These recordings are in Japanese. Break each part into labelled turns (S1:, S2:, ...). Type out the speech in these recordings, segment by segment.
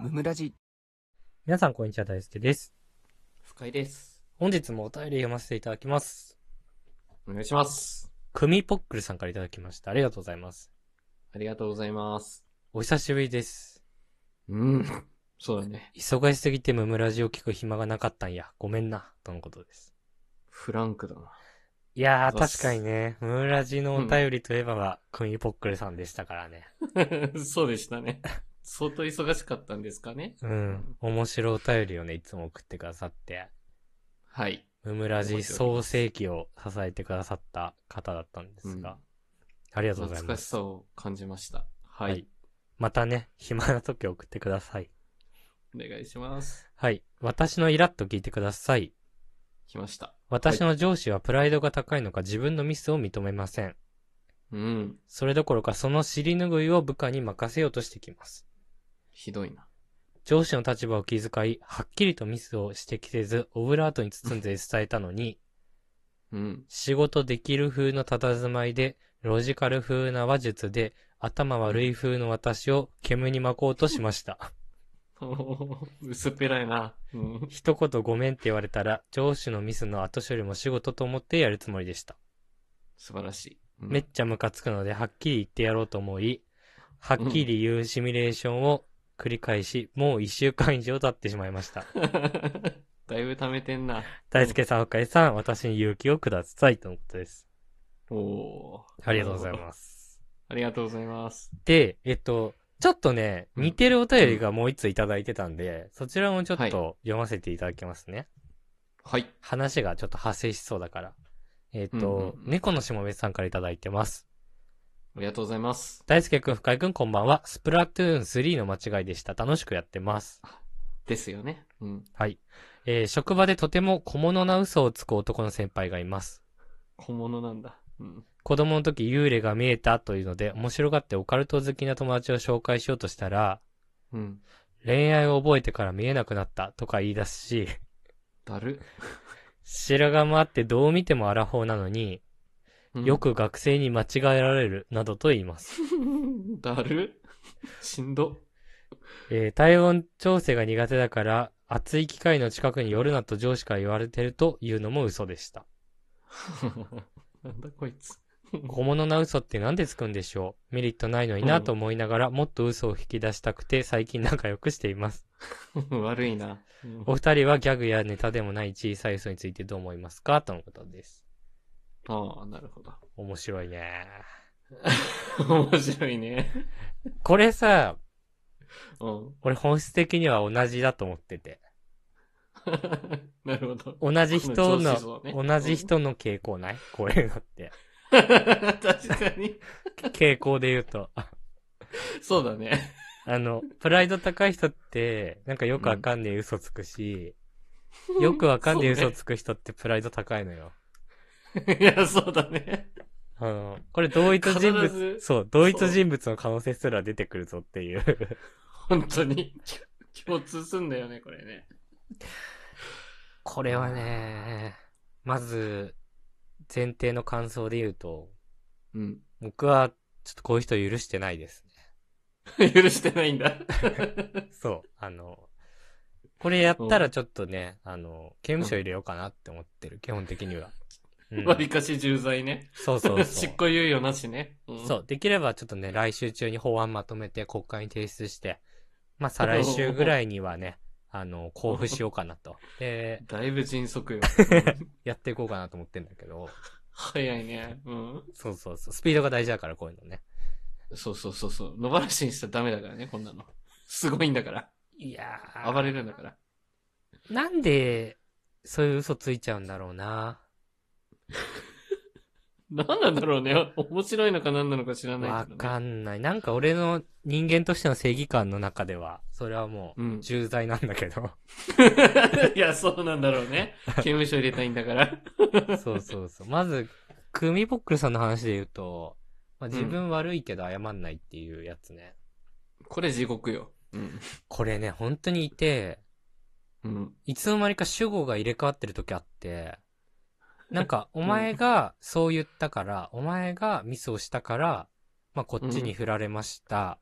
S1: ムムラジ
S2: 皆さん、こんにちは。大輔です。
S3: 深井です。
S2: 本日もお便り読ませていただきます。
S3: お願いします。
S2: クミポックルさんからいただきました。ありがとうございます。
S3: ありがとうございます。
S2: お久しぶりです。
S3: うん。そうだね。
S2: 忙しすぎてムムラジを聞く暇がなかったんや。ごめんな。とのことです。
S3: フランクだな。
S2: いやー、
S3: そうっす
S2: 確かにね、ムムラジのお便りといえばが、クミポックルさんでしたからね。
S3: そうでしたね。相当忙しかったんですかね
S2: うん。面白いお便りをね、いつも送ってくださって、
S3: はい。
S2: ムムラ
S3: 覚
S2: ジ
S3: えており
S2: 創
S3: ます
S2: 世記を支えてくださった方だったんですが、ありがとうござい
S3: 懐か
S2: ま
S3: し
S2: す。
S3: さを感じました。はい。
S2: はいまたね、暇な時送ってください。
S3: お願いします。
S2: はい。私のイラッと聞いてください。
S3: 来ました。
S2: 私の上司はプライドが高いのか自分のミスを認めません。
S3: うん。
S2: それどころかその尻拭いを部下に任せようとしてきます。
S3: ひどいな。
S2: 上司の立場を気遣い、はっきりとミスを指摘せず、オブラートに包んで伝えたのに、
S3: うん。
S2: 仕事できる風の佇まいで、ロジカル風な話術で、頭悪い風の私を煙に巻こうとしました。
S3: 薄っぺらいな。うん。
S2: 一言ごめんって言われたら、上司のミスの後処理も仕事と思ってやるつもりでした。
S3: 素晴らしい。うん
S2: めっちゃムカつくので、はっきり言ってやろうと思い、はっきり言うシミュレーションを繰り返し、もう一週間以上経ってしまいました。
S3: だいぶ溜めてんな。
S2: 大輔さん、岡井さん、私に勇気をくださいとのことです。
S3: おー。
S2: ありがとうございます。
S3: ありがとうございます。
S2: で、えっと、ちょっとね、
S3: うん
S2: 似てるお便りがもう一ついただいてたんで、そちらもちょっ
S3: はい
S2: と読ませていただきますね。
S3: はい。
S2: 話がちょっと派生しそうだから。えっ、
S3: うん
S2: と、
S3: うんうん
S2: 猫のしもべさんからいただいてます。
S3: ありがとうございます。
S2: 大輔くん、深井くん、こんばんは。スプラトゥーン3の間違いでした。楽しくやってます。
S3: ですよね。うん。
S2: はい。えー職場でとても小物な嘘をつく男の先輩がいます。
S3: 小物なんだ。うん。
S2: 子供の時幽霊が見えたというので、面白がってオカルト好きな友達を紹介しようとしたら、
S3: うん。
S2: 恋愛を覚えてから見えなくなったとか言い出すし、
S3: だる。
S2: 白髪もあってどう見てもアラフォーなのに、
S3: うん
S2: よ。く学生に間違えられるなどと言います。
S3: だる。しんど。
S2: えー体温調整が苦手だから、暑い機械の近くに寄るなと上司から言われてるというのも嘘でした。
S3: なんだこいつ。
S2: 小物な嘘って何でつくんでしょうメリットないのになと思いながら、もっと嘘を引き出したくて最近仲良くしています。
S3: 悪いな。うん
S2: お二人はギャグやネタでもない小さい嘘についてどう思いますかとのことです。
S3: ああ、なるほど。
S2: 面白いね。
S3: 面白いね。
S2: これさ、
S3: うん。
S2: 俺本質的には同じだと思ってて。
S3: なるほど。
S2: 同じ人
S3: この上
S2: の
S3: 司、像ね
S2: 同じ人の傾向ないこういうのって。
S3: 確かに。
S2: 傾向で言うと。
S3: そうだね。
S2: あの、プライド高い人って、なんかよくわかんねえ嘘つくし、よくわかんねえ
S3: そ
S2: 嘘
S3: うね
S2: つく人ってプライド高いのよ。
S3: いや、そうだね。
S2: あの、これ同一人
S3: 必
S2: 物、
S3: ず
S2: そう、同一人物の可能性すら出てくるぞっていう。
S3: 本当に。共通すんだよね、これね。
S2: これはね、まず、前提の感想で言うと、
S3: うん。
S2: 僕は、ちょっとこういう人許してないです
S3: 許してないん だ。
S2: ね。そう、あの、これやったらちょっとね、あの、刑務所入れようかなって思ってる、基本的には。 うん
S3: わりかし重罪ね。
S2: そうそうそ
S3: 執
S2: う。
S3: 行猶予なしね。うん
S2: そう、できればちょっとね、来週中に法案まとめて国会に提出して、まあ、再来週ぐらいにはね、あの、交付しようかなと。で、
S3: だいぶ迅速よ。
S2: やっていこうかなと思ってんだけど、
S3: 早いね。うん。
S2: そうそうそう、スピードが大事だから、こういうのね。
S3: そうそうそうそう。野放しにしちゃダメだからね、こんなの。すごいんだから。
S2: いやー、
S3: 暴れるんだから。
S2: なんで、そういう嘘ついちゃうんだろうな。
S3: 何なんだろうね。面白いのか何なのか知らない
S2: わ
S3: けど、ね。
S2: かんない。なんか俺の人間としての正義感の中では、それはも
S3: う ん
S2: う、。重罪なんだけど。
S3: いや、そうなんだろうね。刑務所入れたいんだから。
S2: そうそうそう。まず、クミポックルさんの話で言うと、まあ、自分悪いけど謝んないっていうやつね。
S3: これ地獄よ。うん。
S2: これね、本当にいて、
S3: うん。
S2: いつの間にか主語が入れ替わってる時あって、なん か、お前がそう言ったから、お前がミスをしたから、まあ、こっちに振られました。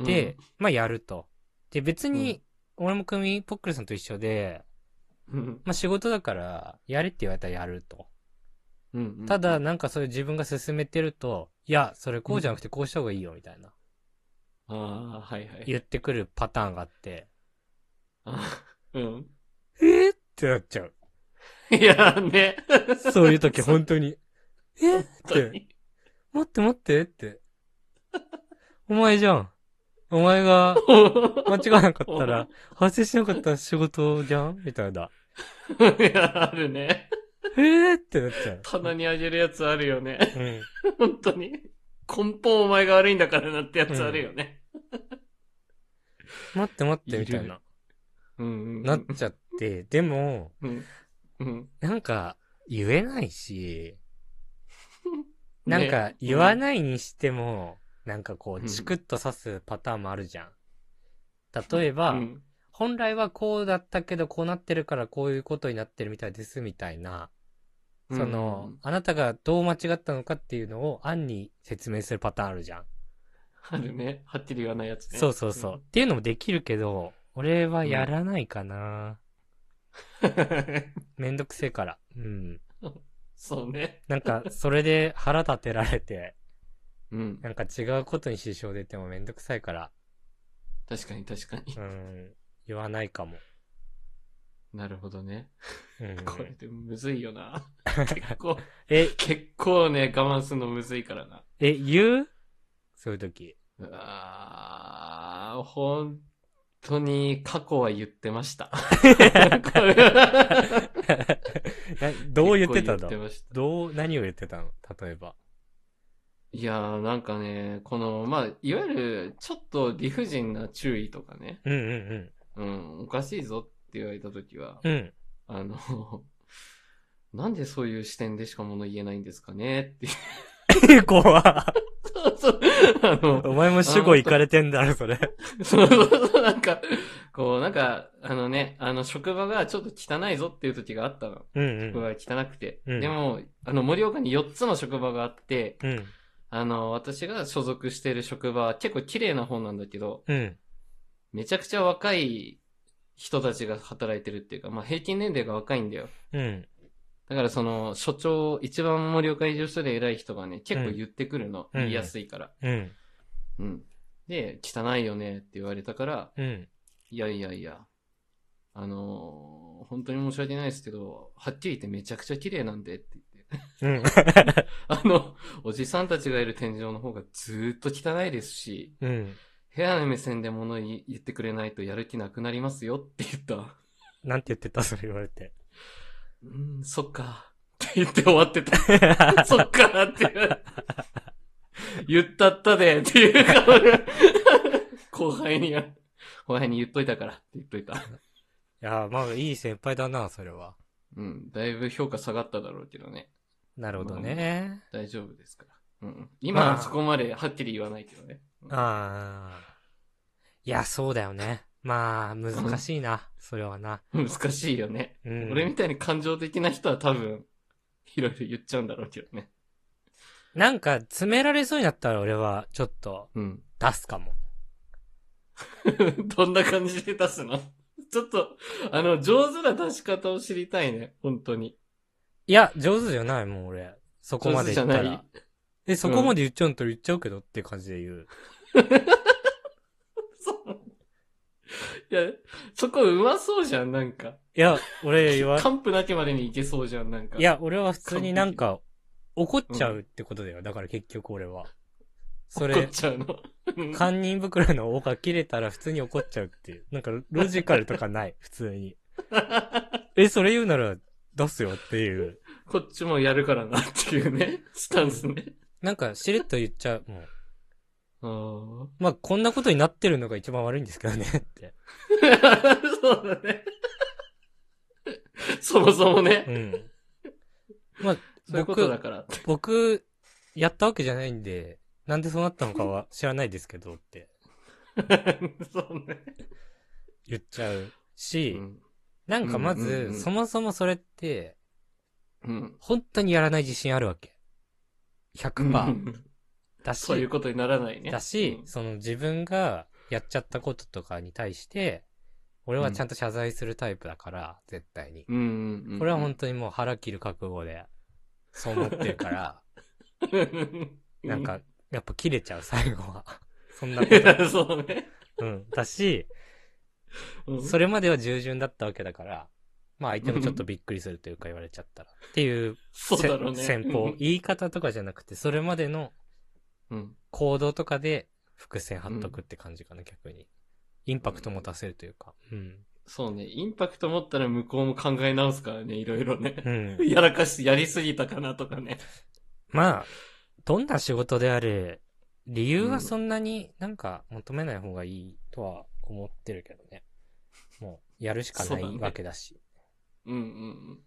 S2: で、まあ、やると。で、別に、俺も組、ポックルさんと一緒で、
S3: うん
S2: まあ仕事だから、やれって言われたらやると。
S3: うん
S2: ただ、、なんかそういう自分が進めてると、いや、それこうじゃなくてこうした方がいいよ、みたいな。
S3: ああ、はいはい。
S2: 言ってくるパターンがあって、
S3: あうん。
S2: えーってなっちゃう。
S3: いや、ね。
S2: そういう時、本当に。えっ
S3: 本当
S2: て、
S3: に
S2: 待って待ってって。お前じゃん。お前が間違わなかった ら、発生しなかった仕事じゃんみたいな。
S3: いや、あるね。
S2: えーってなっちゃう。
S3: 棚にあげるやつあるよね。
S2: うん。
S3: 本当に。根本お前が悪いんだからなってやつあるよね。
S2: 待って待って、みたい
S3: いる
S2: な。
S3: うんうん。
S2: なっちゃって、でも、
S3: うん。うん。
S2: なんか、言えないし、なん
S3: ね
S2: か、言わないにしても、なんかこ
S3: う
S2: う、
S3: ん
S2: チクッと刺すパターンもあるじゃん。例えば、
S3: うん
S2: 本来はこうだったけど、こうなってるから、こういうことになってるみたいです、みたいな。その、あなたがどう間違ったのかっていうのを、案に説明するパターンあるじゃん。
S3: あるね。はっきり言わないやつね。
S2: そうそうそう。っていうのもできるけど、俺はやらないかな。
S3: うん。
S2: めんどくせえから。うん。
S3: そうね。
S2: なんか、それで腹立てられて、
S3: うん。
S2: なんか違うことに支障出てもめんどくさいから、
S3: 確かに確かに
S2: う。ん、言わないかも。
S3: なるほどね。
S2: うん
S3: これでもむずいよな。結構、
S2: え、
S3: 結構ね、我慢するのむずいからな。
S2: え、言うそういう時。
S3: あー、本当に過去は言って ました。
S2: などう言ってた
S3: 結構言
S2: の
S3: ってました
S2: どう、何を言ってたの例えば。
S3: いやー、なんかね、この、まあ、いわゆる、ちょっと理不尽な注意とかね、
S2: うんうん
S3: うん、おかしいぞって言われたときは、
S2: うん。 うん。
S3: あの、 なんでそういう視点でしか物言えないんですかねって。
S2: 怖っ
S3: そうそうあの、
S2: お前も主語いかれてんだろ、それ。
S3: そうそうそう、なんか、こう、なんか、あのね、あの、職場がちょっと汚いぞっていう時があったの。
S2: うん
S3: 職場が汚くて。
S2: うん
S3: でも、あの、盛岡に4つの職場があって、
S2: うん。うん。
S3: あの、私が所属してる職場は結構綺麗な方なんだけど、
S2: うん。
S3: めちゃくちゃ若い人たちが働いてるっていうか、まあ平均年齢が若いんだよ。
S2: うん。
S3: だからその、所長、一番盛岡移住所で偉い人がね、結構言ってくるの。
S2: うん
S3: 言いやすいから。
S2: うん。
S3: うん。で、汚いよねって言われたから、
S2: うん。
S3: いやいやいや、あのー本当に申し訳ないですけど、はっきり言ってめちゃくちゃ綺麗なんでって 言って。
S2: うん。
S3: あの、おじさんたちがいる天井の方がずーっと汚いですし、
S2: うん。
S3: 部屋の目線で物言ってくれないとやる気なくなりますよって言った。
S2: なんて言ってた、それ言われて。
S3: うーん、そっか。って言って終わってた。 そっかって言う。言ったったでっていう顔で。後輩には、後輩に言っといたからって言っといた。
S2: いや、まあ、いい先輩だな、それは。
S3: うん、だいぶ評価下がっただろうけどね。
S2: なるほどね。
S3: 大丈夫ですから。うん、今
S2: まあ
S3: はそこまではっきり言わないけどね。うん
S2: ああ。いや、そうだよね。まあ、難しいな、それはな。
S3: 難しいよね。
S2: うん。
S3: 俺みたいに感情的な人は多分、いろいろ言っちゃうんだろうけどね。
S2: なんか、詰められそうになったら俺は、ちょっと、
S3: うん。
S2: 出すかも。
S3: どんな感じで出すの ちょっと、あの、上手な出し方を知りたいね。本当に。
S2: いや、上手じゃない、もう俺。そこまで言った
S3: 上手じゃな
S2: ら。え、そこまで言っちゃうんだったら言っちゃうけどっていう感じで言う。
S3: そう。いや、そこうまそうじゃん、なんか。
S2: いや、俺言わ、
S3: 完膚なきまでにいけそうじゃん、なんか。
S2: い、や、俺は普通になんか、怒っちゃうってことだよ。だから結局俺は。そ
S3: 怒っ
S2: れ、
S3: ちゃうの。うん
S2: 堪忍袋の尾が切れたら普通に怒っちゃうっていう。なんか、ロジカルとか ない、普通に。え、それ言うなら出すよっていう。
S3: こっちもやるからなってい うね、スタンスね。
S2: なんか、しれっと言っちゃう。もう。
S3: あー
S2: まあ、こんなことになってるのが一番悪いんですけどね、って。
S3: そうだね。 そもそも
S2: う
S3: ね、
S2: ん。まあ、
S3: そういうことだから。
S2: 僕、やったわけじゃないんで、なんでそうなったのかは知らないですけどって
S3: そうね。
S2: 言っちゃう
S3: う
S2: し、
S3: ん。
S2: なんかまず、
S3: うんうんうん
S2: そもそもそれって、
S3: うん。
S2: 本当にやらない自信あるわけ。100%だし、
S3: そういうことにならないね。
S2: だし、その自分がやっちゃったこととかに対して、俺はちゃんと謝罪するタイプだから、絶対に。
S3: うんうんうん。
S2: これは本当にもう腹切る覚悟で、そう思ってるから、
S3: 当
S2: なん、か、やっぱ切れちゃう、最後 は。そんなこ
S3: いや そうね。
S2: と。うん。だし、
S3: うん
S2: それまでは従順だったわけだから、まあ相手もちょっとびっくりするというか言われちゃったら。っていう
S3: そうだろうね。
S2: せ戦 法。言い方とかじゃなくて、それまでの
S3: うん。
S2: 行動とかで伏線張っとくって感じかな、逆に。インパクト持たせるというか。うん。
S3: そうね。インパクト持ったら向こうも考え直すからね、いろいろ
S2: う
S3: ね。
S2: ん。
S3: やらかし、やりすぎたかなとかね。
S2: まあ、どんな仕事であれ、理由
S3: う
S2: は
S3: ん
S2: そんなになんか求めない方がいいとは思ってるけどね。もう、やるしかな
S3: そうだ
S2: い
S3: ね
S2: わけだし。
S3: うんうんうん。